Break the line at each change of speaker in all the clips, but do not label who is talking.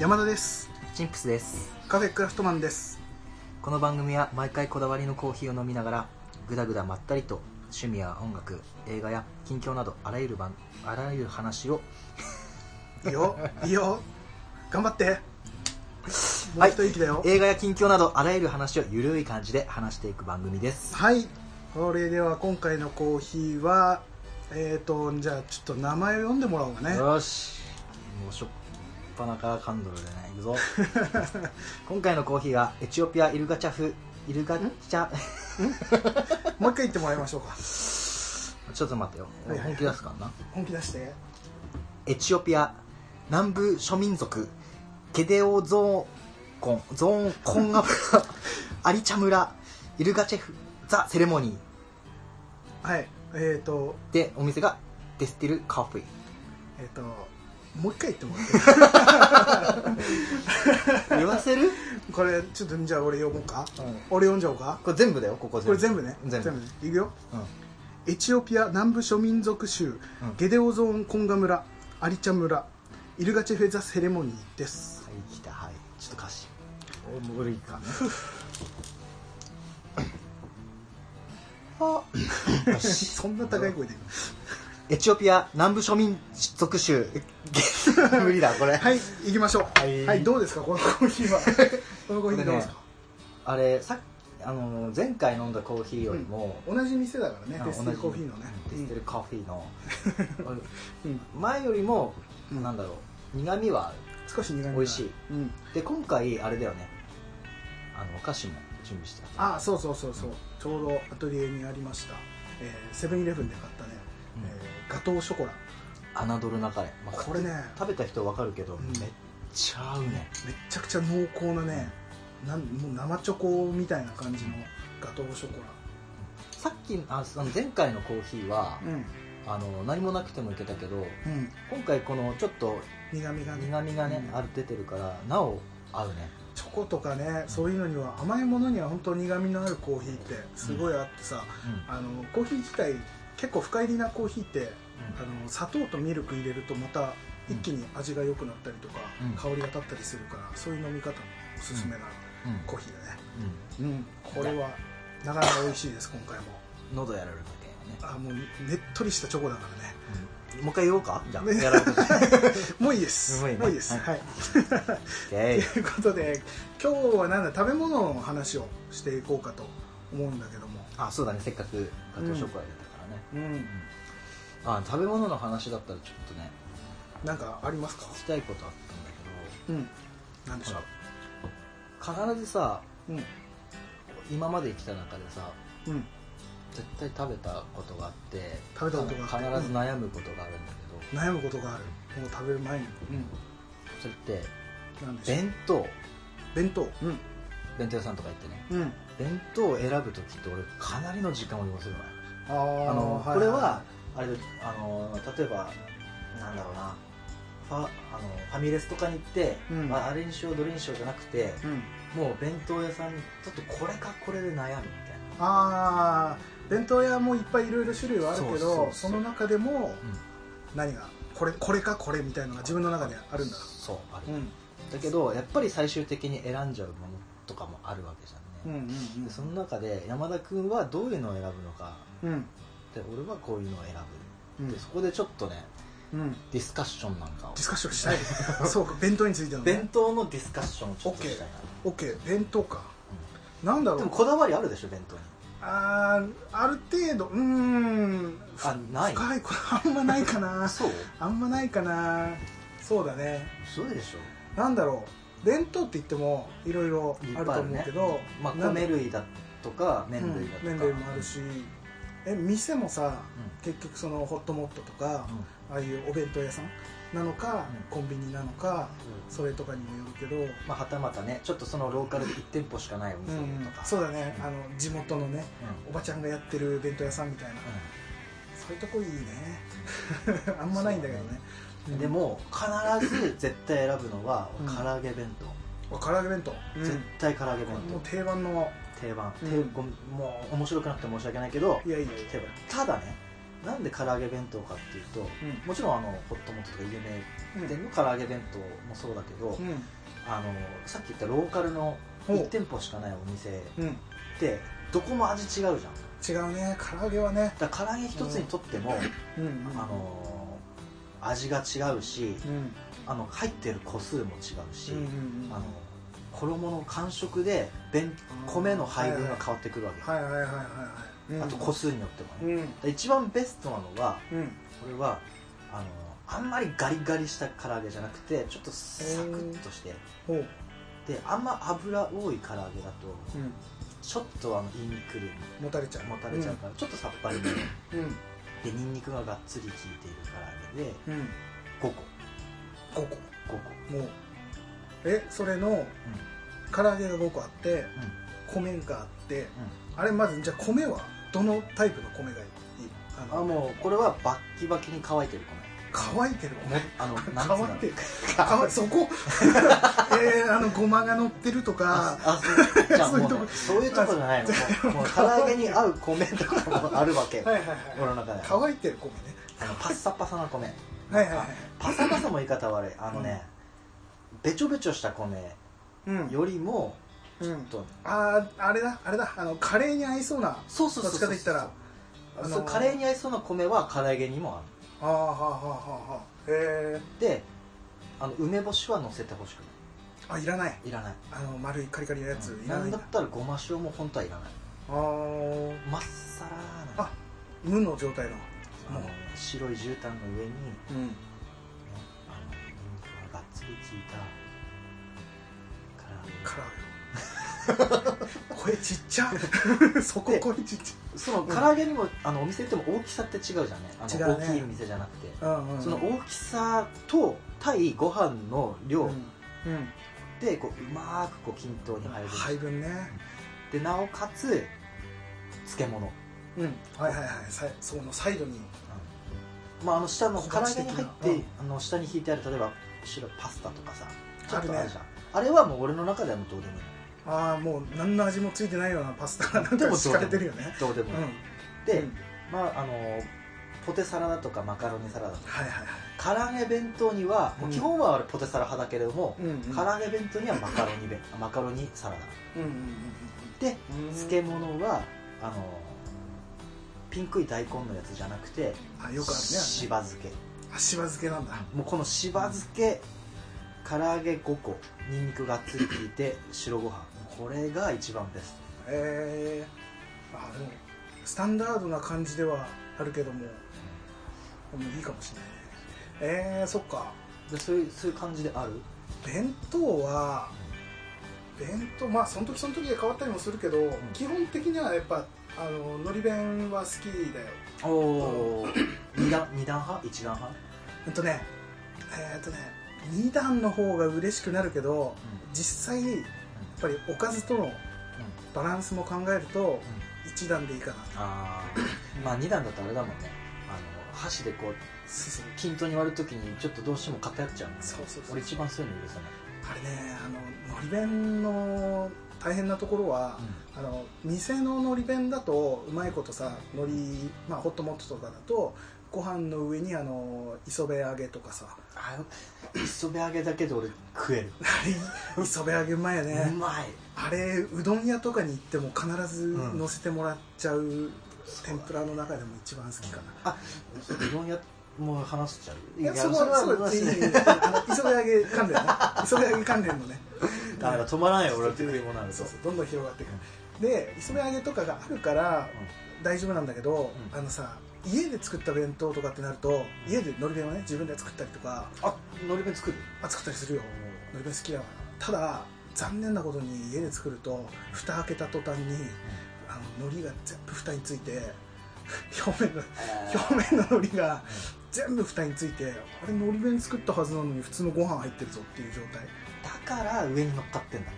山田です
チンプスです
カフェクラフトマンです
この番組は毎回こだわりのコーヒーを飲みながらぐだぐだまったりと趣味や音楽映画や近況などあらゆる番あらゆる話を
いい よいいよ頑張っても
は
う
い
一息だよ
映画や近況などあらゆる話をゆるい感じで話していく番組です
はい、それでは今回のコーヒーはえっ、ー、とじゃあちょっと名前を読んでもらおうかね
よしもうしょっぱなから感動でねい くぞ今回のコーヒーはエチオピアイルガチャフイルガチャ
もう一回言ってもらいましょうか
ちょっと待ってよ
はいはい
本気出すからな
本気出して
エチオピア南部諸民族ケデオゾーコンゾーンコンアブ ラアリチャ村イルガチェフザ・セレモニー
はいえっ、ー、と
でお店がデスティル・カフェ
えっ、ー、ともう一回言ってもらっていい
言わせる、
これちょっとじゃあ俺読もうか俺読んじゃおうか
これ全部だよここ全部
これ全部ね
全部
ねいくよ
うん
エチオピア南部諸民族州、
うん
ゲデオゾーンコンガ村アリチャ村イルガチェフェザセレモニーです
はい来たはいちょっと歌詞おもいかねあよし
そんな高い声で
エチオピア南部諸民族州 無理だこ れ
はい行きましょうは、
はいい
どうですかこのコーヒー はこのコーヒーどうですか、
あれさっあの前回飲んだコーヒーよりも、
同じ店だからね
あ
デスティ
同
ル
じ
コーヒーのね
デステルコーヒーの、
うん
前よりも、
うん
なんだろう苦味はある
少し苦みが
美味しい、
うん、
で今回あれだよねあのお菓子も準備してた
あそうそうそうそうちょうどアトリエにありましたえーセブンイレブンで買ったね、
うん
えーガトーショコラ
侮るなかれ、まあ
これね
食べた人わかるけど、
ん
めっちゃ合うね
めっちゃくちゃ濃厚なねなんもう生チョコみたいな感じのガトーショコ
さっきあその前回のコーヒーは
ラ、うん
あの何もなくてもいけたけど
うん、
今回このちょっと
苦みがね
苦味がね、
うん
ある出てるからなお合うね
チョコとかねそういうのには甘いものには本当苦みのあるコーヒーってすごいあってさ、あのコーヒー自体結構深入りなコーヒーってあの砂糖とミルク入れるとまた一気に味が良くなったりとか、
うん
香りが立ったりするからそういう飲み方もおすすめな
うんうん
コーヒーだね、
うんうん
うん、これはなかなか美味しいです今回も
喉やられるみたいなね
あもうねっとりしたチョコだからね
もう一回言おうかじゃあ、
ね
やられたし
もういいです
もういいね
です、
は
はい、
OK
ということで今日はなんだ食べ物の話をしていこうかと思うんだけども、
あそうだねせっかくガトーショコラ出たからね、
うん、
あ食べ物の話だったらちょっとね
なんかありますか
聞きたいことあったんだけ
うんなんでしょ
どほら必ずさ
ううん
今まで生きた中でさ
うん
絶対食べたことがあって
食べたことがあって
必ず悩むことがあるんだけど、
悩むことがあるもう食べる前に
それって
うんなんでしょう
弁当
弁当うん
弁当屋さんとか行ってね
うん
弁当を選ぶ時って俺かなりの時間を要するのよ
あー
あの
いい
これはあれであの例えばなんだろうなファあのファミレスとかに行って、
うん
まあ、あれにしようどれにしようじゃなくて
うん
もう弁当屋さんにちょっとこれかこれで悩むみたいな
あー弁当屋もいっぱいいろいろ種類はあるけど
そう
そ
そうそう
の中でも何がこれこれかこれみたいのが自分の中であるんだ
そうあ
う
る、
ん
だけどやっぱり最終的に選んじゃうものとかもあるわけじゃ
うんん
ね、
うん
でその中で山田君はどういうのを選ぶのか
うん
で俺はこういうのを選
う
ぶ、
ん
でそこでちょっとね
うんデ
ディスカッションなんかを
ィスカッションしたいそうか弁当についての
弁
ね
当のディスカッションをちょっとしたいな、
OK 弁当かなんだ
うん、
ろ
で
う
もこだわりあるでしょ弁当に
あーある程度うーん
あない
深いこれあんまないかな
そう
あんまないかなそうだね
そうでしょ
なんだろう弁当って言ってもいろいろあると思うけど、
まあ、
なんだ
米類だとか麺類だとか、
うん麺類もあるしえ店もさ
う
結局そのホットモットとか
ん、うん
ああいうお弁当屋さんなのか、
うん
コンビニなのかそれとかにもよるけど、
まあ、はたまたねちょっとそのローカルで1店舗しかないお
う
店
ん
とか、
そうだね、
うん
あの地元のね
うん
おばちゃんがやってる弁当屋さんみたいな、そういうとこいいね あんまないんだけどね
うんでも必ず絶対選ぶのは
うん
唐揚げ弁
あ唐揚げ弁当、
当、
うん
絶対唐揚げ弁
もう定番の
当定番、
うん
定ごめんもう面白くなくて申し訳ないけど
いやいやいや
定番ただねなんで唐揚げ弁当かっていうと、
うん
もちろんあのホットモットとか有名店の唐揚げ弁当もそうだけど、
うん
あのさっき言ったローカルの
ほう
1店舗しかないお店っ
うん
てどこも味違うじゃ
違
ん
うね唐揚げはね
だから唐揚げ一つにとっても、
うんうん
あの味が違うし
うん
あの入ってる個数も違うし、
うんうんうん
あの衣の感触で弁米の配分が変わってくるわけ、
はいはいはいはいはい、うん
あと個数によってもね、
うんうん
だから一番ベストなのはこれはあのあんまりガリガリした唐揚げじゃなくてちょっとサクッとして、
ほう
であんま油多い唐揚げだと
うん
ちょっとあの言いにくる
もたれちゃう
もたれちゃうから、ちょっとさっぱりめで
うん
ニンニクががっつり効いている唐揚げで
うん、うん、
5個5
5個
個
もうえそれの唐揚げが5個あって、米があって、あれまずじゃあ米はどのタイプの米がいいあ
あもうこれはバッキバキに乾いてる
乾いてる
米も あのなんつうんだろう
乾いてる 乾いそこ えー、あのごまが乗ってるとか
あそうじゃあ
そういう
も
と
う
こ
ねそういうとこじゃないのもうもう唐揚げに合う米とかもあるわけよ
はいはい
俺
は
の中で
い乾いてる米ね
あのパッサパサな米
はいはいはい
パサパサも言い方悪いあのね、べちょべちょした米
うん
よりも
うん
と
あああれだあれだあのカレーに合いそうな
そうそう
ど
そう
っちか
そう
といったらあの
そうカレーに合いそうな米は唐揚げにもあ
ああはあはあはあはあへえ
るであの梅干しは乗せてほしくな
あいらない
いいらない
あの丸いカリカリのやついら
な
ないん
んだ
だ
ったらごま塩も本当はいらない
あー
まっさらな
あ無の状態の
あの白い絨毯の上に
うん
あのニンニクががっつり効いた唐揚げ
から 声ちっち ゃそこ
で
声ちっち
その唐揚げにも、あのお店行っても大きさって違うじゃんねあの
違うね
大きい店じゃなくて、
ゃうんうんうん
その大きさと対ご飯の
う
量
んうん
でこううまーくこう均等に入る、
配分ね
でなおかつ漬物、
うんはいはいはいさそのサイドに
まあ、あの下の
小
唐揚
鉢
げ
的な
に入って、
うん
あの下に引いてある例えば白いパスタとかさちょっと
あ
あ
る
る
ね
じゃんあ,、れはもう俺の中ではもうどうでもいい
ああもう何の味もついてないようなパスタがなん
で
か
もど
敷
う
か
で
れ
も
てるよね
どうでも
うん
いい、で、まああのポテサラだとかマカロニサラダとか
はいはいはい
唐揚げ弁当には、もう基本は俺ポテサラ派だけれども、
うんうん
唐揚げ弁当にはマカロニ弁マカロニサラダ
うんうんうん
で
うんうん
漬物はあのピンクい大根のやつじゃなくて
あよくあるね
しば漬け
あしば漬けなんだ
もうこのしば漬け唐揚げ5個にんにくがっつり効いて白ご飯これが一番ベス
えー、あでもスタンダードな感じではあるけどもでもいいかもしれないねえー、そっか
トでそういうそういう感じである
弁当は弁当まあその時その時で変わったりもするけど、基本的にはやっぱあの海苔弁は好きだよ
おお二段二段派一段派、
うんとねえー、っとね2段の方が嬉しくなるけど実際やっぱりおかずとのバランスも考えると1段でいいかな
ああまあ二段だとあれだもんねあの箸でこう
進む
均等に割るときにちょっとどうしても偏っちゃうもんね
そうそうそう
俺一番そういうの許さない
あれねあの海苔弁の大変なところは、あの店の海苔弁だとうまいことさ海苔、まあ、ホットモットとかだとご飯の上にあの磯辺揚げとか さ
あ磯辺揚げだけで俺食える、
磯辺揚げうまいよ
う
ね、
まい
あれうどん屋とかに行っても必ず
うん
乗せてもらっちゃう、天ぷらの中でも一番好きかな、
あうどん屋もう話しちゃう
い
い
やそこ
れは
そこ
話
いい
し
い
な
い
い
いい あの磯辺揚げ関連ね磯辺揚げ関連のね
だから止まらないよ俺って食い物ある
そ
と
うそうどんどん広がっていくで磯辺揚げとかがあるから大丈夫なんだけど、
うん
あのさ家で作った弁当とかってなると家でのり弁をね自分で作ったりとか
あのり弁作る
あ作ったりするよのり弁好きだわただ残念なことに家で作ると蓋開けた途端にあの海苔が全部蓋について表面の表面の海苔が全部蓋についてあれのり弁作ったはずなのに普通のご飯入ってるぞっていう状態
だから上に乗っかってんだ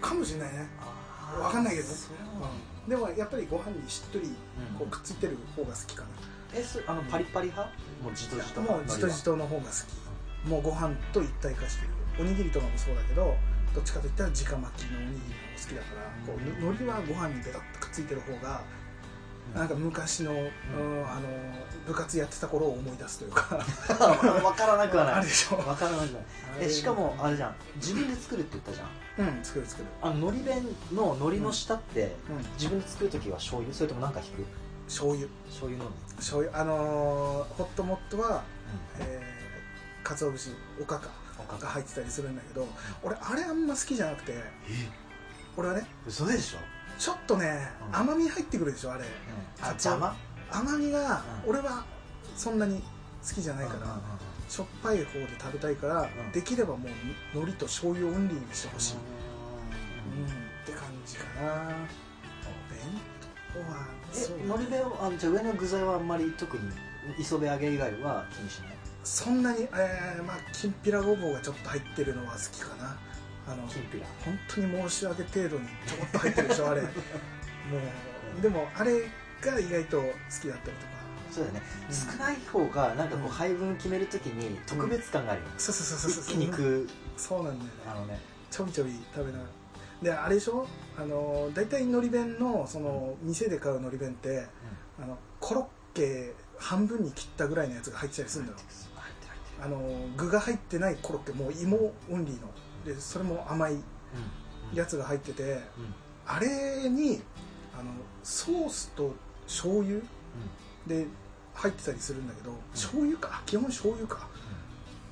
かもしれないねー
わ
わかんないけど
そう
でもやっぱりご飯にしっとり
うん
こうくっついてる方が好きかな、
えそあのパリパリ派もうじとじと
もうじとじとの方が好きもうご飯と一体化してるおにぎりとかもそうだけどどっちかといったら直巻きのおにぎりも好きだからこうのりはご飯にベタっとくっついてる方がなんか昔の,、うんあの部活やってた頃を思い出すというか
分からなくはない
あるでしょ
分からなくはない
あれ
えしかもあれじゃん自分で作るって言ったじゃん
うん作る作る
あの海苔弁の海苔の下って、
うん
自分で作る時は醤油それともなんか引く
醤油
醤油のみ、
醤油あのーホットモットは、
う
えー、鰹節おかか
ん、おか
が
か
入ってたりするんだけど俺あれあんま好きじゃなくて俺はね
嘘でしょ、
ちょっとね
うん
甘み入ってくるでしょあれ
うん、
あ
あ邪魔
甘みが
うん
俺はそんなに好きじゃないから、しょっぱい方で食べたいから、
うん
できればもう海苔と醤油オンリーにしてほしい、うん
うん
って感じかな弁当はそう
えのり弁はあじゃあ上の具材はあんまり特に磯辺揚げ以外は気にしない
そんなにえー、まあきんぴらごぼうがちょっと入ってるのは好きかなあの
きんぴら
本当に申し訳程度にちょこっと入ってるでしょあれもうでもあれが意外と好きだったりとか
そうだよね、
うん
少ない方がなんか
う
こ
ん
う配分決めるときに特別感があるよ、
そうそうそうそう
一
そう
気に食う
そうなんだよね
あのね
ちょびちょび食べながらであれでしょあの大体のり弁のその店で買うのり弁ってあのコロッケ半分に切ったぐらいのやつが入ってたりするんだよ
入ってる入ってる
あの具が入ってないコロッケもう芋オンリーのでそれも甘いやつが入ってて
うんうん
あれにあのソースと醤油で入ってたりするんだけど醤油か基本醤油か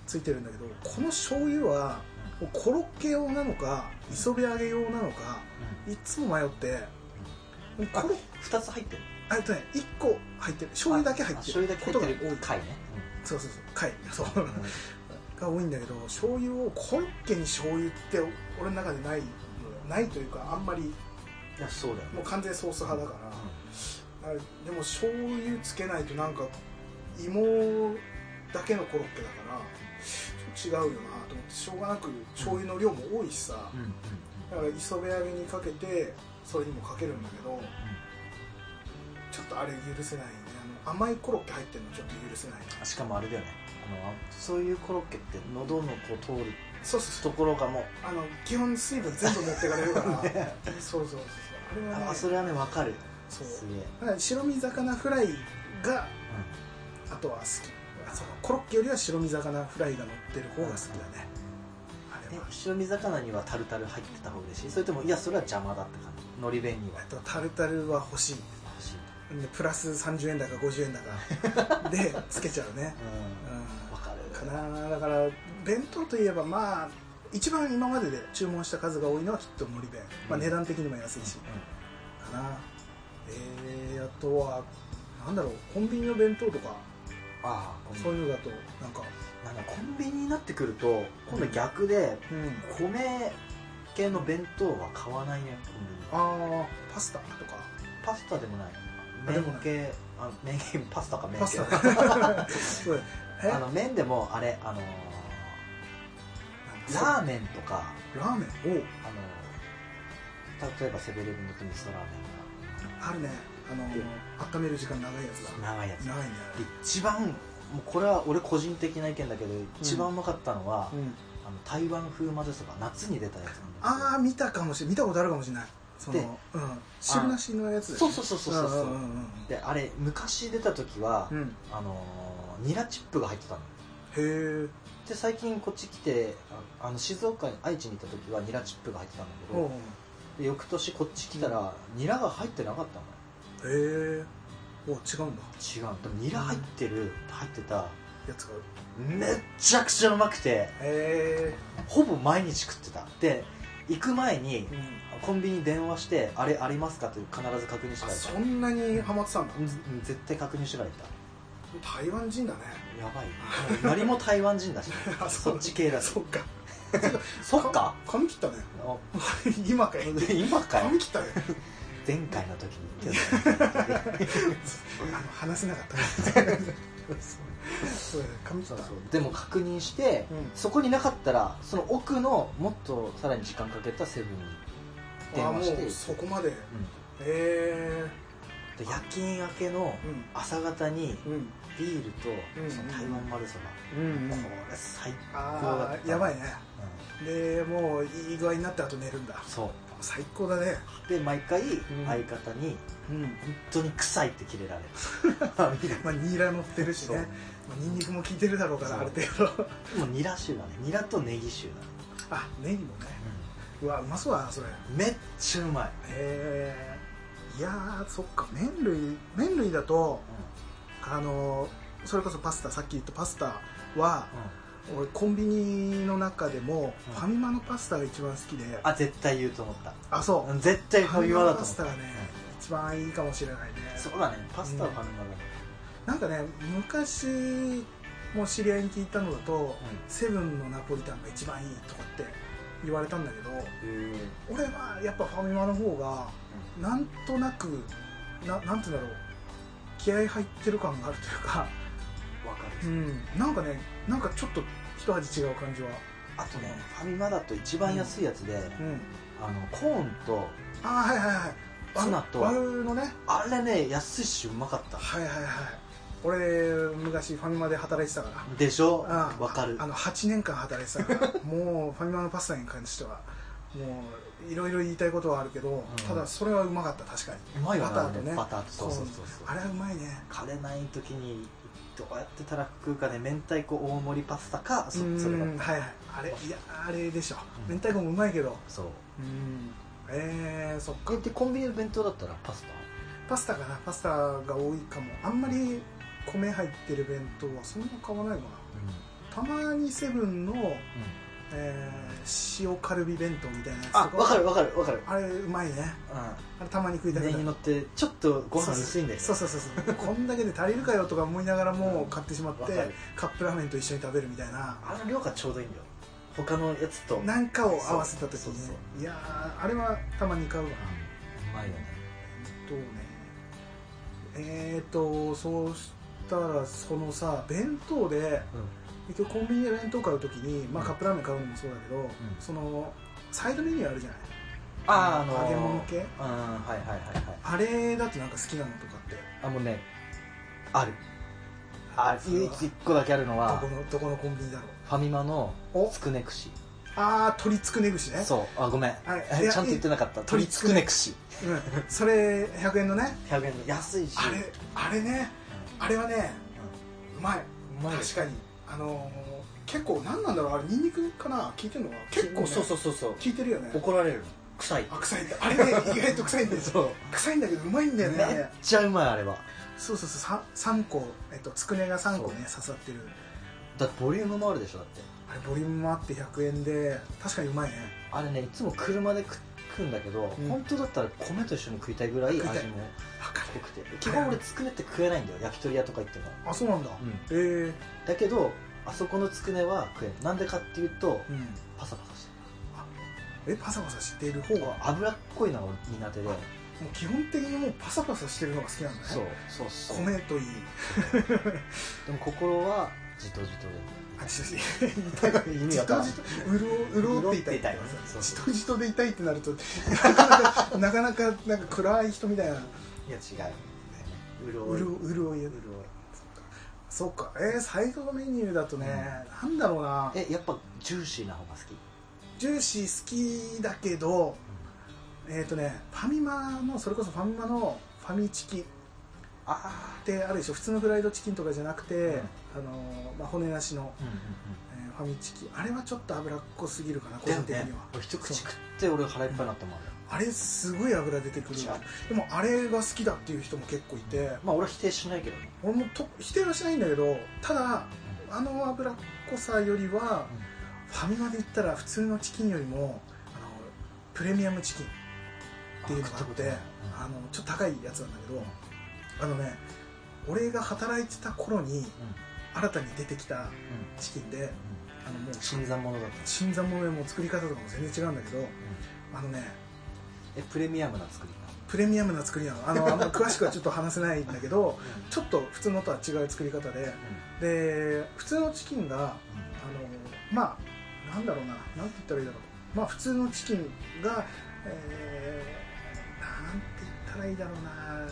ついてるんだけどこの醤油はもうコロッケ用なのか磯辺揚げ用なのかいつも迷って
あ
コロッ
2つ入ってる
あえっとね1個入ってる醤油だけ入
あ
って
醤
る
油だけ
ことが
入
多
っ
い
てる貝ね、
そうそうそう貝 そう
うんうん
が多いんだけど醤油をコロッケに醤油って俺の中でないのよないというかあんまり
いやそうだよね
もう完全ソース派だから、あれでも醤油つけないとなんか芋だけのコロッケだからちょっと違うよなと思ってしょうがなく醤油の量も多いしさ
うんうんうん
だから磯辺揚げにかけてそれにもかけるんだけどちょっとあれ許せないねあの甘いコロッケ入ってるのちょっと許せない
うんしかもあれだよねあのそういうコロッケって喉のこう通る
そうそうそう
ところがもう
あの基本水分全部持ってかれるから そうそうそうそうあれはね
あそれはね分かる
そう
すげえ、
だから白身魚フライが
う
あとは好きあそのコロッケよりは白身魚フライが乗ってる方が好きだねあ
ん、
れ
で
は
白身魚にはタルタル入ってた方が嬉しいそれともいやそれは邪魔だって感じのり弁には
えっとタルタルは欲しい
欲しい、
でプラス30円だか50円だ かでつけちゃうね
うん
う
分か
ん
る
かなだから弁当といえばまあ一番今までで注文した数が多いのはきっとのり弁、まあ、
うん
値段的にも安いし、かなえー、あとはなんだろうコンビニの弁当とか
ああ
そういうのだとなんか
なんかコンビニになってくると今度逆で
うん
米系の弁当は買わないねコンビニ
ああパスタとか
パスタでもない
あでも
麺系あ麺系パスタか麺
パ
系
ス タそうえ
あの麺でもあれあのー
なんだ
ラーメンとか
ラーメンおう
あのー例えばセブンイレブンの味噌ラーメ
あるねあのー温める時間長いやつ
ン
だ
が長いやつで
長いね
一番もうこれは俺個人的な意見だけど一番うまかったのは、
うん
あの台湾風混ぜそば夏に出たやつなんだけど
ああ見たかもしれ見たことあるかもしれないそ
で
のうん汁なしのやつ
そうそうそうそうそうそ
う
う
んうんうん
であれ昔出た時は、
うんうん
あのーニラチップが入ってたの
へえ
で最近こっち来てああの静岡に愛知に行った時はニラチップが入ってたんだけ
お
ど
う
で翌年こっち来たら、ニラが入ってなかったの
へえおう違うんだ
違うでもニラ入ってる入ってた
やつが
めっちゃくちゃうまくて
へ
ほぼ毎日食ってたで行く前に
えうん
コンビニに電話してあれありますかって必ず確認して
あ
から行っ
そんなにハマってたんだ
たうん絶対確認してから行った
台湾人だね
やばいもう何も台湾人だし
あ
そっち系だし
そう か
そっか
髪切ったね
あ
今かい
今かよ
髪切ったね
前回の時に言っ
あ
て
の話せなか ったそうだね髪切
た
っ
そう
た
そうでも確認して、
うん
そこになかったらその奥のもっとさらに時間かけたセブンに電話して
あもうそこまで
うん
え
で夜勤明けの
うん
朝方に
うん
ビールと
うん
その台湾まぜそば、
うん
これ最高だ
あ
っ
あ
た
やばいね
う
でもういい具合になってあと寝るんだ
んそう
最高だね
で毎回
ん
相方に
うん
本当に臭いってキレられ るビール
まあニラ乗ってるし
そう
ねまあニンニクも効いてるだろうからあ
そ
る
う
程度
もうニラ臭だねニラとネギ臭だね、
あネギもねうわうまそうだなそれへ
めっちゃうまい、
えいやーそっか麺類麺類だとあのーそれこそパスタさっき言ったパスタは俺コンビニの中でも
うん
ファミマのパスタが一番好きで
あ絶対言うと思った
あそう
うん絶対ファミマだと
パ
思っ
ス
た
タがね一番いいかもしれないね
そうだねパスタはファミマだね、
なんかね昔も知り合いに聞いたのだと、
う
セブンのナポリタンが一番いいとかって言われたんだけど
へえ
俺はやっぱファミマの方がなんとなくななんて言うんだろう気合入ってる感があるというか、
わか
う
る、
ん、なんかねなんかちょっと一味違う感じは
あとねファミマだと一番安いやつで、
うん
あのコーンと
ああはいはいはいあ
ツナと
バルのね
あれね安いしうまかった
はいはいはい俺昔ファミマで働いてたから
でしょ
ああ
わかる
あの8年間働いてた からもうファミマのパスタに関してはもういろいろ言いたいことはあるけど、
ん
ただそれはうまかった確かに
うまいよ
バターとね
バターとそうそうそうそう
あれはうまいね
枯れない時にどうやってたらふくかで明太子大盛りパスタかそそれだ
うん
った
はいはいあれいやあれでしょ、
うん
明太子もうまいけど
そう
うんえー、そっか
ででコンビニの弁当だったらパス
パスタかなパスタが多いかもあんまり米入ってる弁当はそんな買わないか
タ
なたまにセブンの、
うん、うん
えー、塩カルビ弁当みたいなやつ
あ
と
わかるわかるわかる
あれうまいねあれたまに食いた
う
く
ん
な
上
る
に乗ってちょっとご飯薄いんだよね
そうそうそうそうこんだけで足りるかよとか思いながらもう買ってしまって
わかる
カップラーメンと一緒に食べるみたいな
あの量がちょうどいいんだよ他のやつとうんう
なんかを合わせた時
そう
に
そう
ね
そ
いやーあれはたまに買うわ
まいよね
とねえーとそうしたらそのさ弁当で
うん
結局コンビニで弁当買う時に、まあ、
うん
カップラーメン買うのもそうだけど、そのサイドメニューあるじゃない
あーあのー
揚げ物系
うんはいはいはいはい
あれだとなんか好きなのとかって
あもうねあるあ
それは
唯一1個だけあるの
ど
は
このどこのコンビニだろう
ファミマの
お
つくね串
ああ鶏つくね串ね
そうあごめん
はい
えちゃんと言ってなかった
鶏
鶏つくね串
うん、それ100円のね
100円の安いし
あれあれねあれはねうまい
うんうまいよ
確かにあのー結構何なんだろうあれニンニクかな効いてるのかな結構、ね、
そうそうそうそう
効いてるよね
怒られる臭い
あ臭いんだあれね意外と臭いんだよ
そう
臭いんだけどうまいんだ
め
よ
っ
ねあれ
ちゃうまいあれは
そうそうそうさ三個、えっと、つくねが3個ね刺さってる
だってボリュームもあるでしょだって
あれボリュームもあって100円で確かにうまいね
あれねいつも車で食食うんだけど、
うん
本当だったら米と一緒に食いたいぐらい味
食い
も
たいわか
濃くて基本俺つくねって食えないんだよ焼き鳥屋とか行っても
るあそうなんだ、
うん
えー、
だけどあそこのつくねは食えないなんでかっていうと
うん
パサパサして
えパサパサしている方が
る
も
脂っこいのが俺苦手で
う基本的にもうパサパサしてるのが好きなんだね
そうそうそう
米といい
でも心はじとじと
あちょっと
で意味わかんない
じとじとうろううろうって痛い
潤って痛いそう
じ
そ
とじとで痛いってなると なかなかなかなかなんか暗い人みたいない
や違ううろ
う
う
る
ろ
うるおいや
うろ
そっかえー、サイドメニューだとね、なんだろうな
えやっぱジューシーな方が好き
ジューシー好きだけどえっ、とねファミマのそれこそファミマのファミチキっ
あ
てあるでしょ普通のフライドチキンとかじゃなくて、
うん
あのーまあ、骨なしの、
あうんうん
えーファミチキあれはちょっと脂っこすぎるかな個
だよ
人的
ね
には、
俺一口食って俺腹いっぱいになったもんあれ
あれすごい油出てくる
違う
でもあれが好きだっていう人も結構いて、
まあ俺は否定しないけどね
俺もと否定はしないんだけどただあの脂っこさよりは、ファミマで言ったら普通のチキンよりもあのプレミアムチキンっていうのがあってあのちょっと高いやつなんだけどあのね俺が働いてた頃に新たに出てきたチキンであのもう
新参者だった
新参者でもう作り方とかも全然違うんだけどあのね
えプレミアムな作り
プレミアムな作りなのあのあんま詳しくはちょっと話せないんだけどちょっと普通のとは違う作り方でで普通のチキンがあのまあなんだろうななんて言ったらいいだろうまあ普通のチキンが、えーなんて言ったらいいだろうな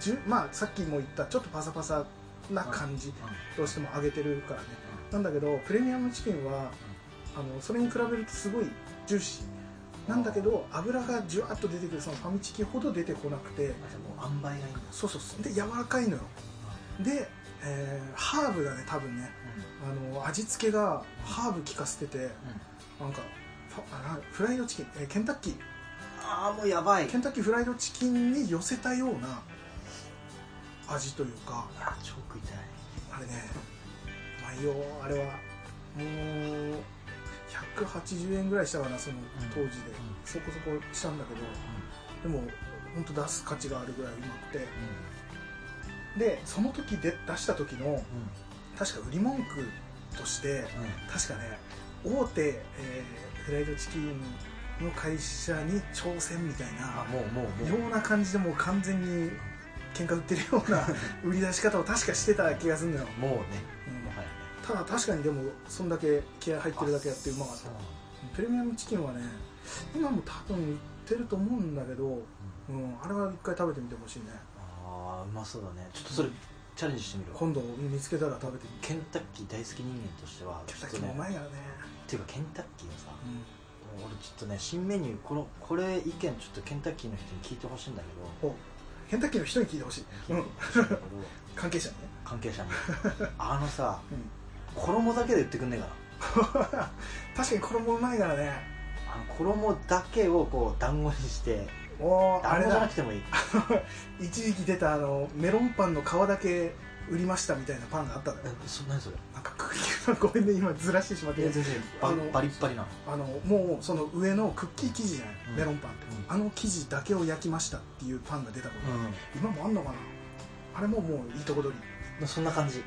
じゅまあ、さっきも言ったちょっとパサパサな感じ、どうしても揚げてるからねなんだけどプレミアムチキンはあのそれに比べるとすごいジューシーなんだけど油がジュワッと出てくるそのファミチキほど出てこなくて
あじゃあもう塩梅がいいんだ
そうそうそうで柔らかいのよで、えーハーブがね多分ねあの味付けがハーブ効かせててなんかファあフライドチキン、えーケンタッキー
ああもうやばいい
ケ
や
ンタッキーフライドチキンに寄せたような味というか
超食いたい
あれねうまいよあれはもう180円ぐらいしたかなその当時で、
うん
そこそこしたんだけどでも本当出す価値があるぐらいうまくてでその時で出した時の確か売り文句として確かね大手、えーフライドチキンの会社に挑戦みたいな
あもうもうもう
ような感じでもう完全に喧嘩売ってるよう な売り出し方を確かしてた気がするのよ、
もうね
うん
もはや
ただ確かにでもそんだけ気合入ってるだけやってうまかったプレミアムチキンはね今も多分売ってると思うんだけど、うん、あれは一回食べてみてほしいね
ああうまそうだねちょっとそれチャレンジしてみるわ
今度見つけたら食べてみ
ケンタッキー大好き人間としては
ケン
ち
タ
ょ
ッ
っ
キー
と
もうま
ね
いからね、
っていうかケンタッキーのさ
うん
俺ちょっとね新メニューこのこれ意見ちょっとケンタッキーの人に聞いてほしいんだけど
おケンタッキーの人に聞いてほしい、うん、関係者にね、
関係者にあのさ
うん、
衣だけで売ってくんねえか
確かに衣うまいからね
なあの衣だけをこう団子にして
おーあ
団
れ
子じゃな
だ
くてもいい
一時期出たあのメロンパンの皮だけ売りましたみたいなパンがあったのよ
えそ何それ
なんかクッキーごめんね今ずらしてしまって
全然
あ
バ
の
バリッバリなの
あのもうその上のクッキー生地じゃない、
うん
メロンパンって、
う
あの生地だけを焼きましたっていうパンが出たこと、
う
今もあんのかなあれももういいとこ取り
んそんな感じ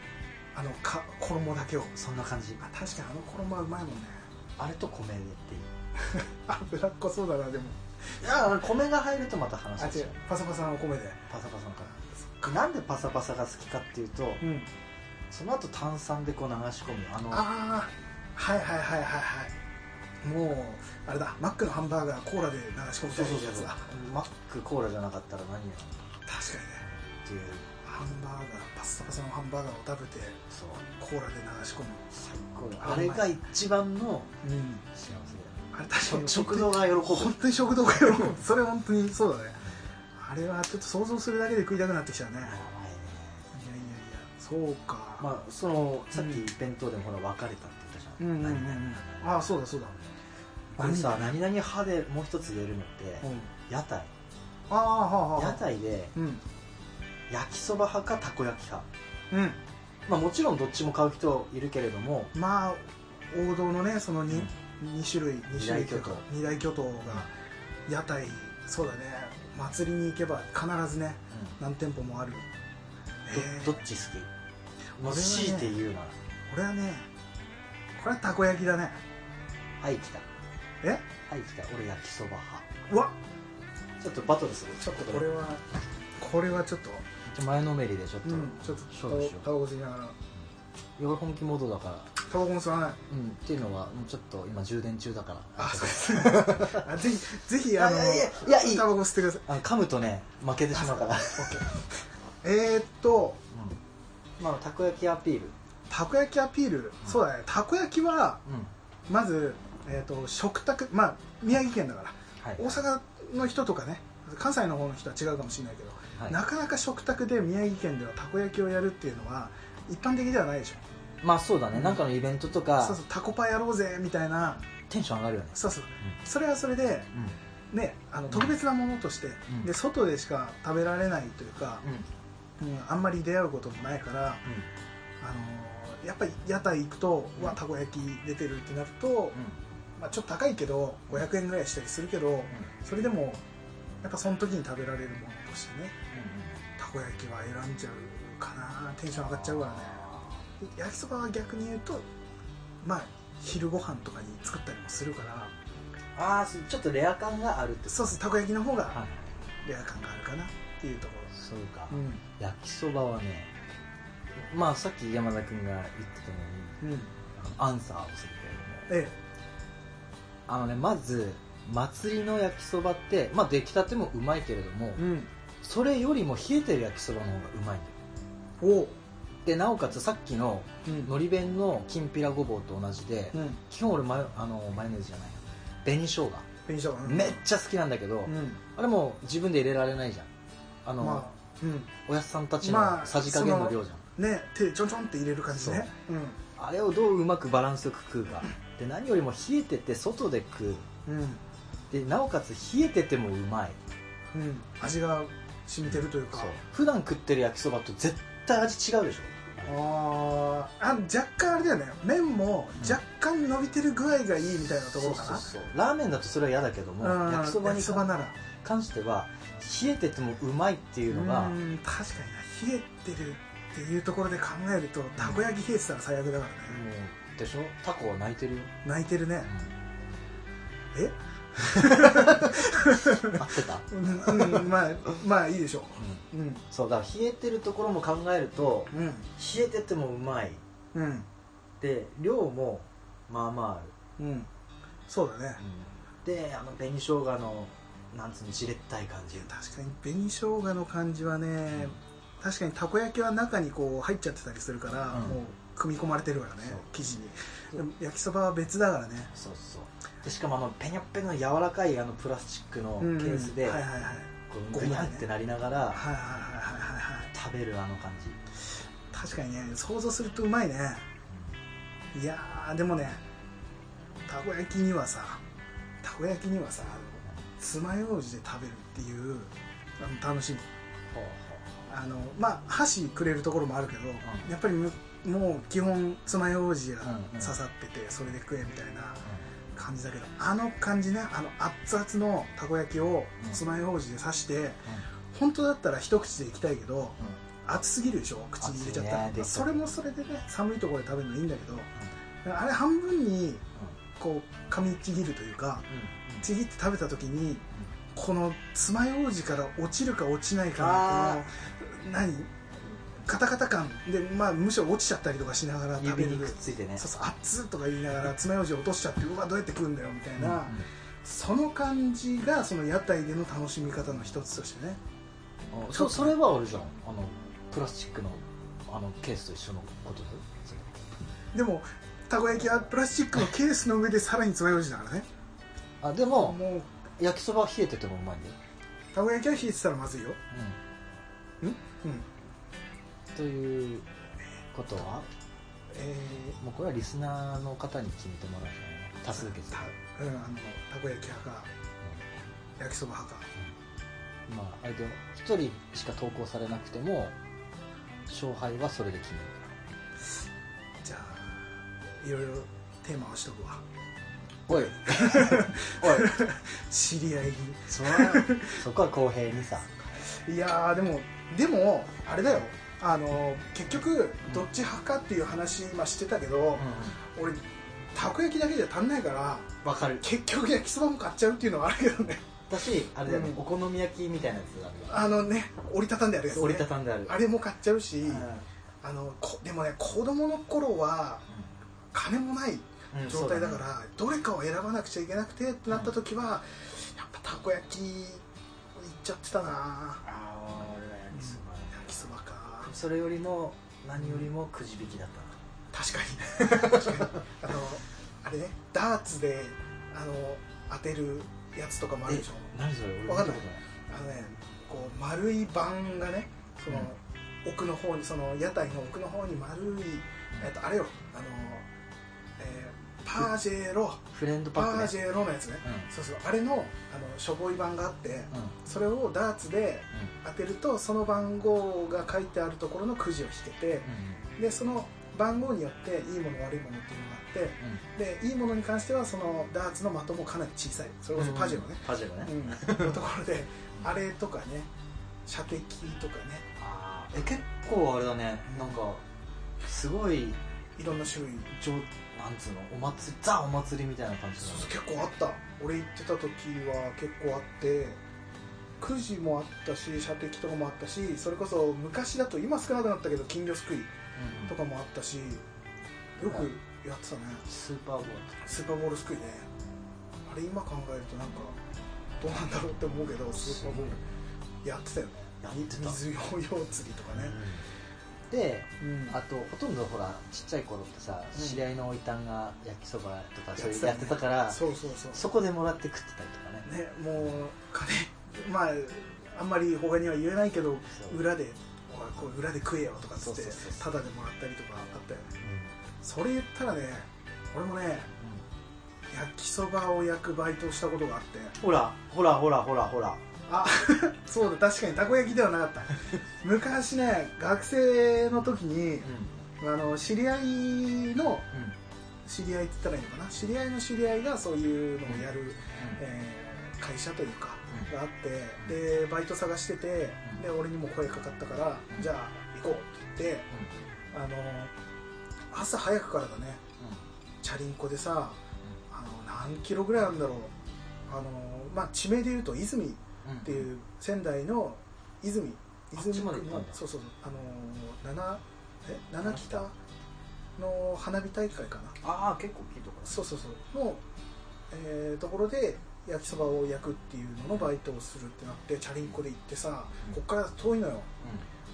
あのか衣だけを
そんな感じ
あ確かにあの衣はうまいもんね
あれと米でっていう
脂っこそうだなでも
いや米が入るとまた話
あ
が
違
違
う
う
パサパサのお米で
パサパサのからなんでパサパサが好きかっていうと
うん
その後炭酸でこう流し込むあの
ああはいはいはいはいはいもうあれだマックのハンバーガーコーラで流し込む
そうそう
や
そう
つ
そう
だ
マックコーラじゃなかったら何や
確かにね
っていう
ハンバーガーパッサパサのハンバーガーを食べて
そう
コーラで流し込む
最高だあれが一番の
うん
幸せ
あれ確か
だよ
に
食堂が喜ぶ
本当に食堂が喜ぶそれ本当にそうだねあれはちょっと想像するだけで食いたくなってきちゃうねいやい
やば
やい
いね
やそうか、
まあそのさっき弁当でもほら別れたって言ったじゃん、
うんうんうんう
何
ん
々
ああそうだそうだ
これさ何々派でもう一つ言えるのって、
うん
屋台
ああはあはあ
屋台で
うん
焼きそば派かたこ焼き派
うん
まあもちろんどっちも買う人いるけれども
まあ王道のねその 2,、二種類二
二
種類
大
というか
巨頭
二大巨頭が屋台そうだね祭りに行けば必ずね何店舗もあるえー
どどっち好きもう強いて言うなら
俺はねこれはたこ焼きだね
はい来た
え
はい来た俺焼きそば派
うわ
ちょっとバトルする
ちょっとこれはこれはちょっと
前のめりでちょっと、
うんちょっ
勝負し
と
よ
タバコ吸いながら
う俺本気モードだから
タバコも吸わない
うんっていうのはもうちょっと今充電中だから
あそうです あぜひぜひあの
いやいやいやいやいい
タバコ吸ってください
あの噛むとね負けてしまうから、
えー、っと
まあたこ焼きアピール
たこ焼きアピール、そうだねたこ焼きは
うん
まず、えー、と食卓まあ宮城県だから
はい
大阪の人とかね関西の方の人は違うかもしれないけど、
はい
なかなか食卓で宮城県ではたこ焼きをやるっていうのは一般的ではないでしょ
まあそうだねなんかのイベントとか
そうそうたこパやろうぜみたいな
テンション上がるよね
そうそうそれはそれで
うん
ねあの特別なものとして、
ん
で外でしか食べられないというか、
うん
うんあんまり出会うこともないから、あのーやっぱり屋台行くと、
う
うんわたこ焼き出てるってなると、まあ、ちょっと高いけど500円ぐらいしたりするけど、それでもやっぱその時に食べられるものとしてねたこ焼きは選んじゃうかなテンション上がっちゃうからね焼きそばは逆に言うとまあ昼ご飯とかに作ったりもするから
ああちょっとレア感があるって
そうそうたこ焼きの方
は
が
い
レア感があるかなっていうとこ
そうか、
ろうん
焼きそばはねまあさっき山田君が言ってたのに
うん
アンサーをするけれども
え
あのねまず祭りの焼きそばってまあ出来たてもうまいけれども、
えうん
それよりも冷えてる焼きそばの方がうまいんだ
お
よでなおかつさっきの
うん
のり弁のきんぴらごぼうと同じで、
うん
基本俺マヨあのマヨネーズじゃないよ紅生姜
紅しょうが
めっちゃ好きなんだけ
う
ど、
ん
あれもう自分で入れられないじゃんあの、
まあうん
おやっさんたちの
まあ
さじ加減の量じゃん、
ね手ちょんちょんって入れる感じね
あ、れをどううまくバランスよく食うかで何よりも冷えてて外で食う
うんうん
でなおかつ冷えててもうまい
うん味が染みてるというか
普段食ってる焼きそばと絶対味違うでしょ
あーあ若干あれだよね麺も若干伸びてる具合がいいみたいなところかな
そうそうそうラーメンだとそれは嫌だけども、
うん
焼きそばに
焼きそばなら
関しては冷えててもうまいっていうのが、
うん確かにな冷えてるっていうところで考えるとたこ焼き冷えてたら最悪だからね
もうでしょタコは泣いてる よ、
泣いてるねえ
合ってた、
うん、うん、まあまあいいでしょううん
そうだから冷えてるところも考えると
うん
冷えててもうまい
うん
で量もまあま
うんそうだね
あある、であの紅生姜のなんつうのじれったい感じ
確かに紅生姜の感じはね確かにたこ焼きは中にこう入っちゃってたりするから、
うん
もう組み込まれてるからね
そう
生地に
そう
でも焼きそばは別だからね
そうそうでしかもあのペニャペニャの柔らかいあのプラスチックのケ
うん
ースで、
はいはいはいはい
こう
ゴ
グ
ム
ニ
ね
ャってなりながら
はいはいはいはいはい
食べるあの感じ、
確かにね想像するとうまいねいやーでもねたこ焼きにはさたこ焼きにはさ爪楊枝で食べるっていうあの楽しみ
ほう
あのまあ箸くれるところもあるけど、やっぱりむもう基本爪楊枝が
うんうん
刺さっててそれで食えみたいな感じだけどあの感じねあの熱々のたこ焼きを
うん
爪楊枝で刺して本当だったら一口でいきたいけど
うん
熱すぎるでしょ口に入れちゃったら、
熱いね
まあそれもそれでね寒いところで食べるのいいんだけどあれ半分にこう噛みちぎるというかちぎって食べた時にこの爪楊枝から落ちるか落ちないか
あ
のこの何カタカタ感で、まあ、むしろ落ちちゃったりとかしながら食べ
指
る
にくっついてね
そうそう「あっつ」とか言いながら爪楊枝落としちゃってうわどうやって食うんだよみたいな、
うん
その感じがその屋台での楽しみ方の一つとしてね
あそそれはあるじゃんあのプラスチックのあのケースと一緒のことだよそれ
でもたこ焼きはプラスチックのケースの上でさらに爪楊枝だからね
あでも
もう
焼きそばは冷えててもうまいんだよ、
たこ焼きは冷えてたらまずいようんうん
ということは
え
もうこれはリスナーの方に決めてもらうしかない多数決
ー
で
たうん、あのたこ焼き派か焼きそば派か
まああれで1人しか投稿されなくても勝敗はそれで決める
じゃあいろいろテーマをしとくわ
おいおい
知り合いに
そら そこは公平にさ
いやーでもでもあれだよあの結局どっち派かっていう話今してたけど、俺たこ焼きだけじゃ足んないから
わかる
結局焼きそばも買っちゃうっていうのはあるけどね
私あれだよね
うん
お好み焼きみたいなやつだね
あのね折りたたんであるやつ、ね、
折りたたんである
あれも買っちゃうし、
うん
あのこでもね子供の頃は金もない
うん
状態だか
そうね
ら、どれかを選ばなくちゃいけなくてってなった時は、やっぱたこ焼きいっちゃってたな
ああ俺は焼きそば
焼きそばか
それよりも何よりもくじ引きだったな
確かに 確かにあのあれねダーツであの当てるやつとかもあるでしょ
何それ俺
わかんない
見たこ
あのねこう丸い盤がねその、奥の方にその屋台の奥の方に丸い、えっと、あれよあの、えーパージェロ
とないフレンドパ
パ
ックね
ージェロのやつねそうそうあれのあのしょぼい版があって
うんうん
それをダーツで当てるとその番号が書いてあるところのくじを引けてでその番号によっていいもの悪いものっていうのがあっ
うん
てでいいものに関してはそのダーツの的もかなり小さいそれこそパジェロね、
パジェロね
うん、のところであれとかね射的とかね
あーえ結構あれだねなんかすごい
いろんな種類
上なんつうのお祭りザお祭りみたいな感じ
そ
だ
う
ね
そう結構あった俺行ってた時は結構あってくじもあったし射的とかもあったしそれこそ昔だと今少なくなったけど金魚すくい
うん
とかもあったしよくやってたね
スーパーボール
スーパーボールすくいねあれ今考えるとなんかどうなんだろうって思うけどスーパーボールやってたよね
やってた、
水ヨーヨー釣りとかね、
で
うん
あとほとんどほらちっちゃい頃ってさ、
うん
知り合いのおいたんが焼きそばとか
やってた
そ
ね
れやってたからそ
そうそうそう
こでもらって食ってたりとかね
ねもう金まああんまり他には言えないけど
そう
裏でおいこう裏で食えよとかっつっ
そ
て
うそうそうそ
タ
う
ダでもらったりとかあったよねそれ言ったらね俺もね焼きそばを焼くバイトをしたことがあって
ほらほらほらほらほら
あ そうだ確かにたこ焼きではなかった昔ね学生の時にあの知り合いの知り合いって言ったらいいのかな知り合いの知り合いがそういうのをやる、えー会社というか
うん
があってでバイト探しててで俺にも声かかったから
うん
じゃあ行こうって言ってあの朝早くからだねチャリンコでさあの何キロぐらいあるんだろうあのまあ地名で言うと泉っていう仙台の泉
あっ
泉
ちまで
区
行った
の
んだ
そうそうあの七え七北の花火大会かな
ああ結構聞いとか
そうそうそうの、えーところで焼きそばを焼くっていうののバイトをするってなってチャリンコで行ってさ、
うん
こっから遠いのよ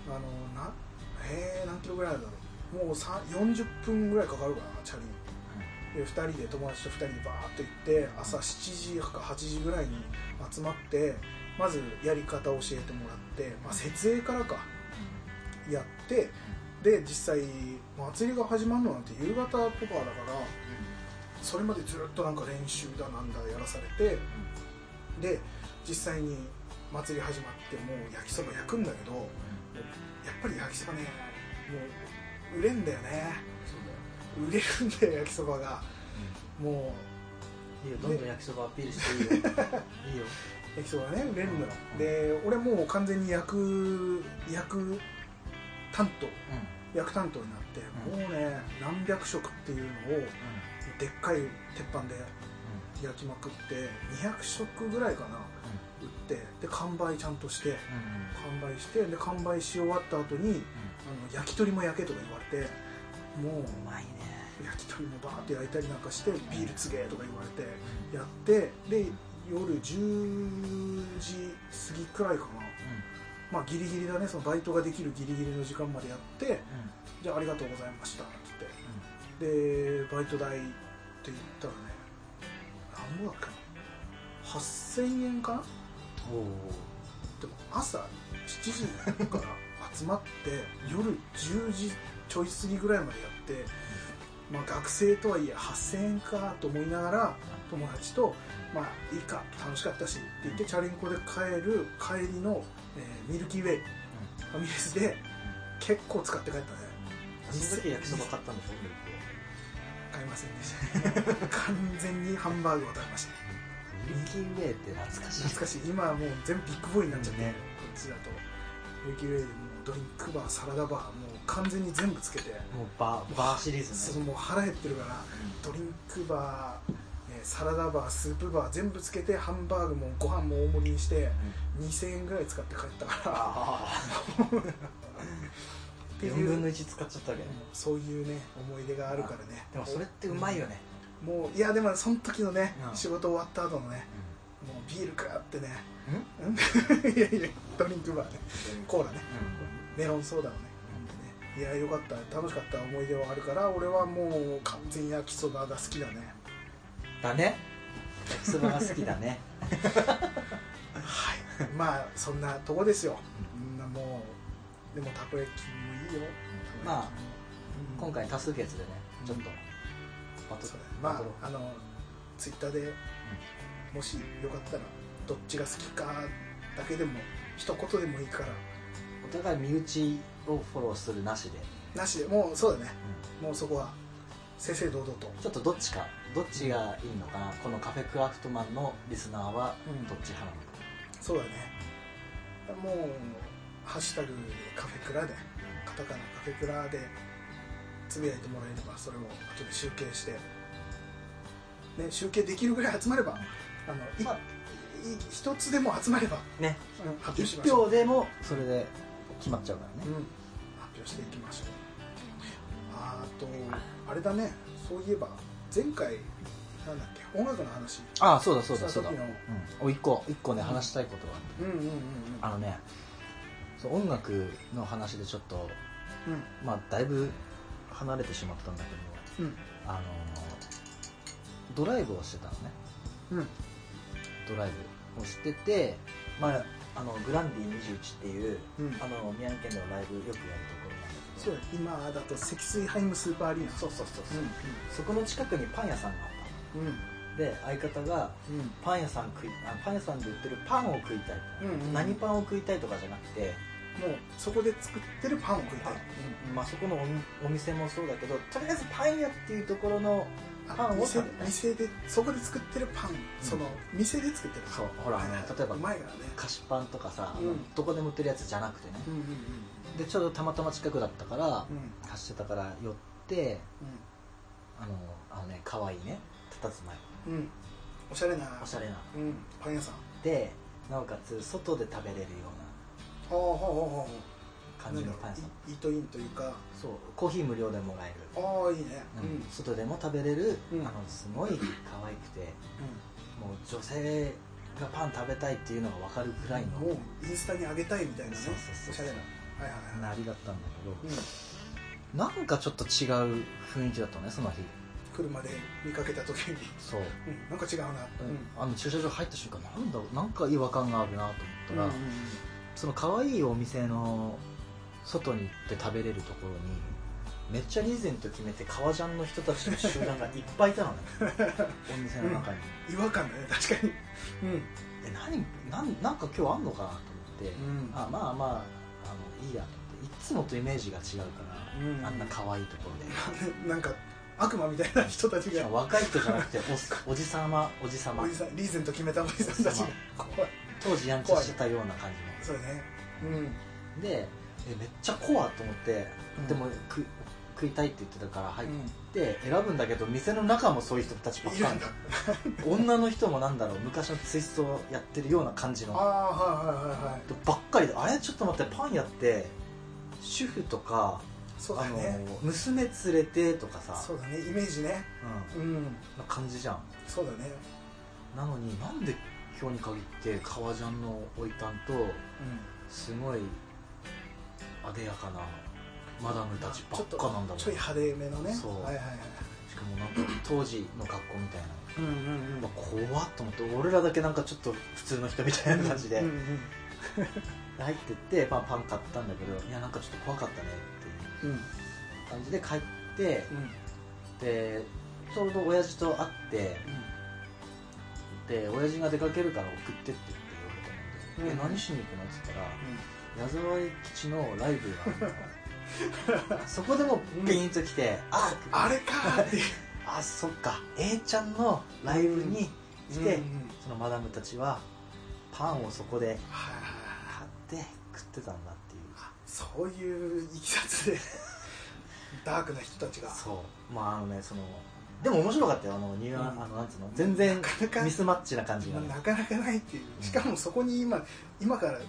あのなえー、何キロぐらいあるだろうもうさ40分ぐらいかかるかなチャリンで2人で友達と2人でバーっと行って朝7時か8時ぐらいに集まってまずやり方を教えてもらって、まあ、設営からかやってで実際祭りが始まるのなんて夕方とかだからそれまでずっとなんか練習だなんだやらされてで実際に祭り始まってもう焼きそば焼くんだけどやっぱり焼きそばねもう売れんだよね売れるんだよ焼きそばがもう
いいよどんどん焼きそばアピールしていいよいいよ
焼きそばね売れるのよ
うん
で俺もう完全に焼く焼く担当焼く担当になって、もうね何百食っていうのをでっかい鉄板で焼きまくって200食ぐらいかな、売ってで完売ちゃんとして完売してで完売し終わった後に、あの焼き鳥も焼けとか言われて
う
もう
まいね
焼き鳥もバーって焼いたりなんかしてビールつげーとか言われてやってで夜10時過ぎくらいかなまあギリギリだねそのバイトができるギリギリの時間までやってじゃあありがとうございましたって言ってでバイト代って言ったらね何もだっけな8000円かな
おお
でも朝7時から集まって夜10時ちょい過ぎぐらいまでやって、まあ、学生とはいえ8000円かと思いながら友達と「まあいいか楽しかったし」って言ってチャリンコで帰る帰りの、えーミルキーウェイファミレスで結構使って帰ったね
その時焼きそば買ったんでしょ
買いませんでしたね 完全にハンバーグを食べました
ミルキーウェイって懐かしい
懐かしい今はもう全部ビッグボーイになっちゃって、
ね
こっちだとミルキーウェイでもうドリンクバーサラダバーもう完全に全部つけて、
もうバーバーシリーズね
そのもう腹減ってるからドリンクバーえーサラダバースープバー全部つけてハンバーグもご飯も大盛りにして2000円ぐらい使って帰ったから
あ
って
あ
いう
4分の1使っちゃったわけね
そういうね思い出があるからね
でもそれってうまいよね
もういやでもその時のね、
うん
仕事終わった後のねもうビールかってね
うん
うん いやいやドリンクバーねコーラね
う
メロンソーダをね飲んでねいやよかった楽しかった思い出はあるから俺はもう完全に焼きそばが好きだね
んだね焼きそばが好きだね
はい まあそんなとこですよみんなもうでもたこ焼きもいいよ
まあ
あ
今回多数決でねちょっとバト
それ
バ
ま
トろう
ああのツイッターでもしよかったらどっちが好きかだけでも一言でもいいから
お互い身内をフォローするなしで
なしでもうそうだねもうそこは正々堂々と
ちょっとどっちかどっちがいいのかなこのカフェクラフトマンのリスナーは
うん
どっち派なのか
そうだねもうハッシュタグでカフェクラでカタカナカフェクラでつぶやいてもらえればそれを後で集計して、ね、集計できるぐらい集まればあのい
まあ
い一つでも集まれば、
ね
うん発表し
1
ましょう、
票でもそれで決まっちゃうから
う
ね
ん、発表していきましょうあとあれだねそういえば前回なんだっけ音楽の話
ああそうだそ
した時の
うんお一個一個ね話したいことが
うんうんうんうん
あのね
そう音楽の話でちょっと
うん
まあだいぶ離れてしまったんだけど
うん
あのドライブをしてたのね
うん
ドライブをしてて
まあ、あのグランディ21っていう、
うん
あの宮城県でのライブよくやるところなんだけ
そ
ど
う今だと積水ハイムスーパーアリーナ
そうそうそうそう、
う
そこの近くにパン屋さんがあっ
んうん
たので相方が
うん
パン屋さん食いあパン屋さんで売ってるパンを食いたい、
うんうん
何パンを食いたいとかじゃなくて、
もうそこで作ってるパンを食いたい
まあ、そこのおお店もそうだけどとりあえずパン屋っていうところのパンを
店
食べたい
店でそこで作ってるパンその店で作ってるパン
そうほらあの例えば
うまいからね
菓子パンとかさ、
うん
どこでも売ってるやつじゃなくてね
うんうん
でちょうどたまたま近くだったから
うんうん
走ってたから寄ってあの
あのね可愛いねたたずまい
うんうんおしゃれな
おしゃれな
うんパン屋さんあ
でなおかつ外で食べれるよう
あほうほうほ
な
うほう
感じのパン屋さん
イイートインというか
そうコーヒー無料でもらえる
ああいいねう
うんん外でも食べれる、
うん
あのすごい可愛くてもう女性がパン食べたいっていうのが分かるくらいの
もうインスタにあげたいみたいなね
そうそうそう
おしゃれなはいはいはい
なりだったんだけ
うん
どなんかちょっと違う雰囲気だったねその日
車で見かけた時に
そう、
うんなんか違うな
うんあの駐車場入った瞬間なんだろうなんか違和感があるなと思った
うんう
ら、
ん
その可愛いお店の外に行って食べれるところに
めっちゃリーゼント決めて革ジャンの人たちの集団がいっぱいいた のねお店の中に、
違和感だね確かにうん
え何なんなんか今日あんのかなと思って、
うん
あまあまああのいいやと思っていつもとイメージが違うから、
うん
あんな可愛いところで
なんか悪魔みたいな人たち
しか
が
も若い人じゃなくておおじさまおじさま
おじさんリーゼント決めたおじさんたちが怖い
当時やんちゃしてたような感じ
そうねうん
のでえめっちゃ怖っと思って、
うん
でもく食いたいって言ってたから入っ
うん
て選ぶんだけど店の中もそういう人たちばっ
いる
か
んだ
り 女の人もなんだろう昔のツイストをやってるような感じ
あ
の
あはいはいはいはい
ばっかりであれちょっと待ってパン屋って主婦とか
そう
あ
だ
の
ね
娘連れてとかさ、
そうだねイメージね
う
うん
ん、な感じじゃん
そうだね
なのになんで今日に限って革ジャンのおいたんとすごいあでやかなマダムたちばっかなんだもん
ちょい
しか
派手めのね
そう
はいはいはい
もなんか当時の格好みたいな
うんうん
うわ怖っと思って俺らだけなんかちょっと普通の人みたいな感じで
うんうん
入ってって、まあ、パン買ったんだけどいやなんかちょっと怖かったねっていう
うん
感じで帰って
うん
でちょうど親父と会ってで親父が出かけるから送ってってって言われた
う
ので、
ん
え何しに行くのって言ったら矢沢永吉のライブがあるの そこでもうピーンと来て、あ
あれかーっていう
あそっか A ちゃんのライブに来て、
うんうん
そのマダムたちはパンをそこで
はいはいはい
買って食ってたんだっていう
そういういきさつで ダークな人たちが
そうまああのねそのでも面白かったよあのニュアン、
うん
あのなんつうの全然
なかなか
ミスマッチな感じがね
なかなかないっていううんしかもそこに今今から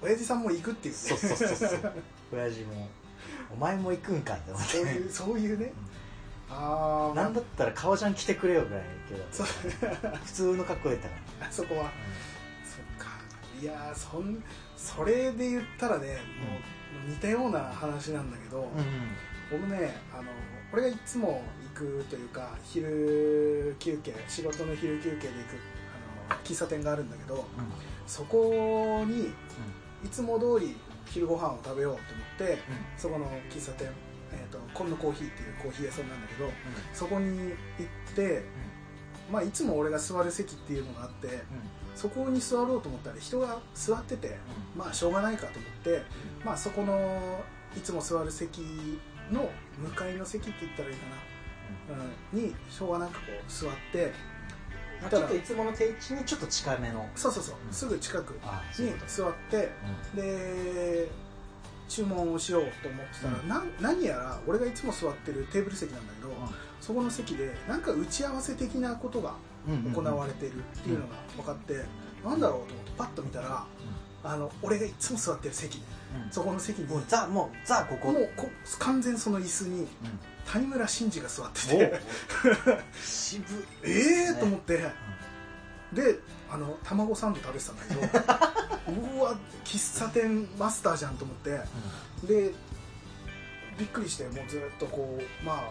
親父さんも行くっていうね
そうそうそうそう親父もお前も行くんかって思って
そういうそういうねああ
なんだったら顔ちゃん来てくれよぐらいの勢いだった
そう
普通の格好でったから、
あそこはそっかいやーそんそれで言ったらねもう似たような話なんだけど、僕ねあの俺がいつも行くというか昼休憩仕事の昼休憩で行くあの喫茶店があるんだけど、そこにいつも通り昼ご飯を食べようと思って、そこの喫茶店、えー、と今野コーヒーっていうコーヒー屋さんなんだけどそこに行って、まあ、いつも俺が座る席っていうのがあってそこに座ろうと思ったら人が座っててまあしょうがないかと思って、まあ、そこのいつも座る席の向かいの席って言ったらいいかな、うん、にしょうがなくこう座って
まあ
た
ち
だ
ょっといつもの定位置にちょっと近めの
そうそうそう、
うん
すぐ近く
ああそうい
に
うこと
座ってで注文をしようと思ってたら、
う
なん、何やら俺がいつも座ってるテーブル席なんだけど、そこの席でなんか打ち合わせ的なことが行われているっていうのが分かって、なんだろうと思ってパッと見たら、あの俺がいつも座ってる席そこの席に、
もうザもうザここ
もうこ完全その椅子に谷村新司が座って
お
て
渋
ええと思ってであの卵サンド食べてたんだけど うわ喫茶店マスターじゃんと思ってでびっくりしてもうずっとこうまあ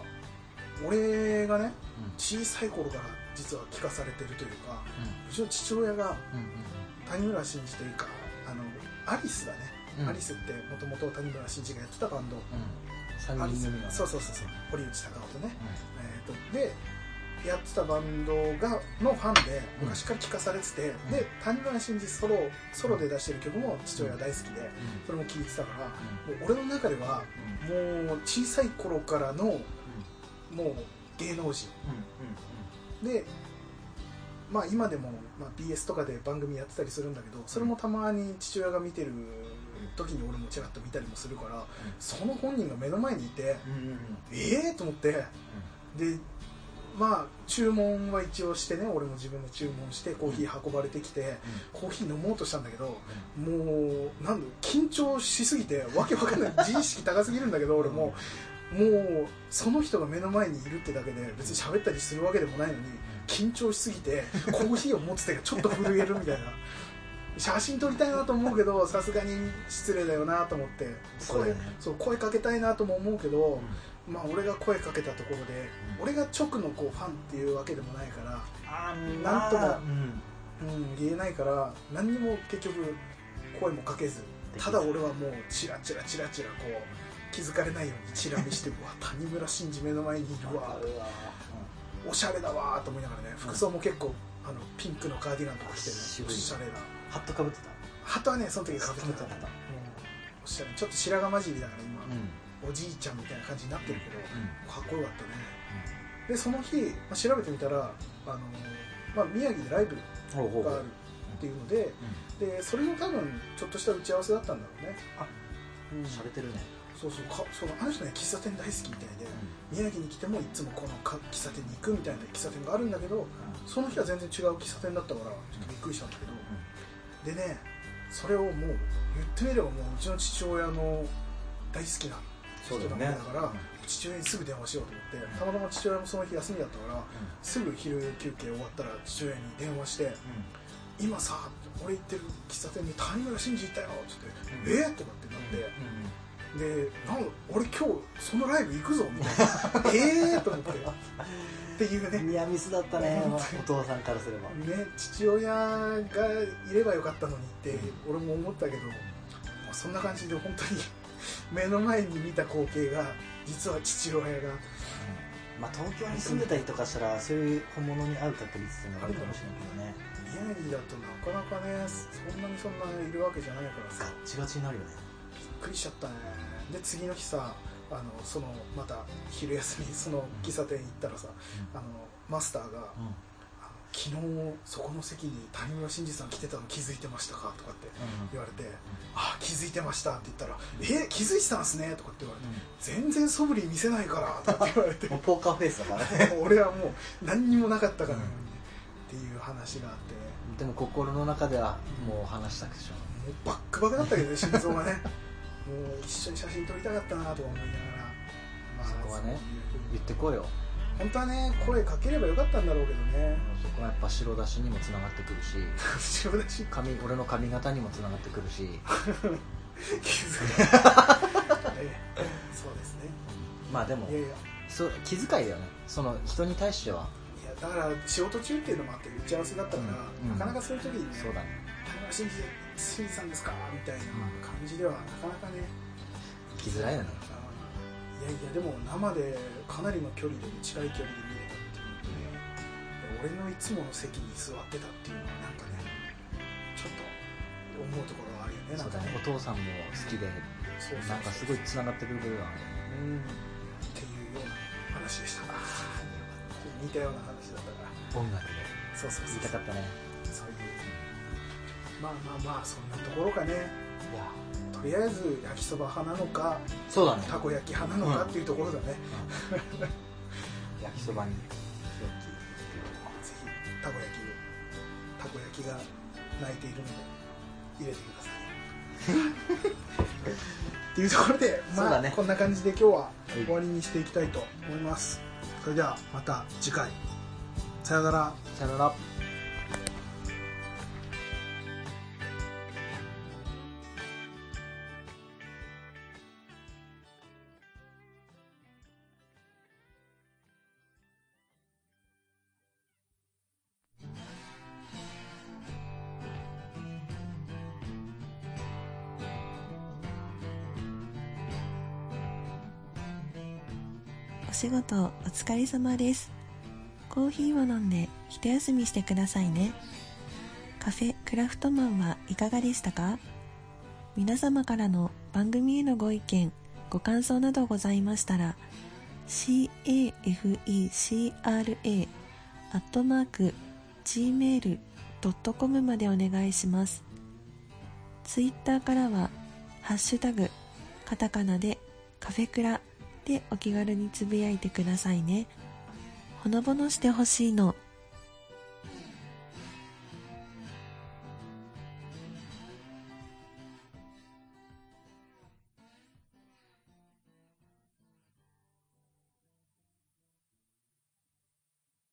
俺がね小さい頃から実は聞かされてるというかうちの父親が谷村新司というかあのアリスだね、アリスってもともと谷村新司がやってたバンド、アリスそうそうそうそう堀内孝雄とね、えー、とでやってたバンドがのファンで
うん
昔から聴かされてて、
ん
で谷村新司ソロソロで出してる曲も父親が大好きで、それも聴いてたから、もう俺の中ではもう小さい頃からのもう芸能人でまあ今でも、まあ、BS とかで番組やってたりするんだけどそれもたまに父親が見てる時に俺もちらっと見たりもするから、その本人が目の前にいて、ええー、と思ってでまあ注文は一応してね俺も自分で注文してコーヒー運ばれてきて、コーヒー飲もうとしたんだけどもうなんだ緊張しすぎてわけわかんない自意識高すぎるんだけど俺も、もうその人が目の前にいるってだけで別に喋ったりするわけでもないのに緊張しすぎてコーヒーを持つ手がちょっと震えるみたいな写真撮りたいなと思うけどさすがに失礼だよなと思って
そうだよね
声そう声かけたいなとも思うけど、まあ、俺が声かけたところ
う
で、
ん
俺が直のこうファンっていうわけでもないから、うん、言えないから何にも結局声もかけずただ俺はもうチラチラチラチラこう気づかれないようにチラ見してうわ谷村新司目の前にいるわおしゃれだわと思いながらね服装も結構あのピンクのカーディガンとか着てね
渋
お
い
しゃれな
ハットかぶって
鳩はねその時
た
かぶってた
かぶって
おしゃれちょっと白髪混じりだから今、おじいちゃんみたいな感じになってるけど、かっこよかったね、でその日、まあ、調べてみたら、あのーまあ、宮城でライブがあるっていうので,、でそれの多分ちょっとした打ち合わせだったんだろうね
あ
うん、
しゃれてるね
そうそうかそうあの人ね喫茶店大好きみたいで、宮城に来てもいつもこのか喫茶店に行くみたいな喫茶店があるんだけどその日は全然違う喫茶店だったからちょっとびっくりしたんだけど、でねそれをもう言ってみればもううちの父親の大好きな
そうだよ
人
ね
なもんだから父親にすぐ電話しようと思ってたまたま父親もその日休みだったからすぐ昼休憩終わったら父親に電話して「今さ俺行ってる喫茶店に谷村新司いたよ」っつって「えっ?」とかってなってで「なん俺今日そのライブ行くぞ」みたいな「ええ!」と思ってっていうね
ニアミスだったね
本
お父さんからすれば
ね父親がいればよかったのにって俺も思ったけど、まあそんな感じで本当に 目の前に見た光景が実は父親が
まあ東京に住んでたりとかしたらそういう本物に会う確率っていうのがあるかもしれないけどね
宮城だとなかなかねそんなにそんないるわけじゃないから
ガ
さ
ッチガチになるよね
びっくりしちゃったねで次の日さあのそのまた昼休みその喫茶店行ったらさ、あのマスターがあの「昨日そこの席に谷村新司さん来てたの気づいてましたか?」とかって言われて「あ気づいてました」って言ったら「え気づいてたんすね」とかって言われて「全然素振り見せないから」とかって言われて
もうポーカーフェイスだからね
俺はもう何にもなかったから、
うん
っていう話があって
でも心の中ではもう話したくてしょう
もうバックバクだったけどね心臓がね もう一緒に写真撮りたかったなとは思いながら、
そこはね
そういう
言ってこいよ
本当はね声かければよかったんだろうけどね
そこはやっぱ白出しにもつながってくるし
後ろ出し
髪俺の髪型にもつながってくるし
気づ かないええそうですね
まあでも
いやいや
そう気遣いだよねその人に対してはい
やだから仕事中っていうのもあって打ち合わせだったから、
うん
なかなかそういう時にね
そうだね
「田村真司真司さんですか?」みたいな感じではなかなかね、
生きづらいよね
あーいやいやでも生でかなりの距離で近い距離で見れたっていうのとねで俺のいつもの席に座ってたっていうのはなんかねちょっと思うところはあるよねな
そ
ん
う
か
だね
ね
お父さんも好きで
そうそうそう
なんかすごいつながってくることがあるね
うんっていうような話でした似たような話だったから
音楽で
そうそう
言
そ
いうた
そ
か
う
ったね
そういうまあまあまあそんなところかね
いや
とりあえず焼きそば派なのか
そうだね
たこ焼き派なのかっていうところだね、
焼きそばに
ぜひたこ焼きたこ焼きが泣いているので入れてくださいっていうところ で、
そう
まあ
だね
こんな感じで今日は終わりにしていきたいと思いますそれではまた次回さよなら
さよなら
仕事お疲れ様ですコーヒーを飲んで一休みしてくださいねカフェクラフトマンはいかがでしたか皆様からの番組へのご意見ご感想などございましたら cafecra アットマーク gmail.com までお願いしますツイッターからは「ハッシュタグカタカナでカフェクラ」でお気軽につぶやいてくださいねほのぼのしてほしいの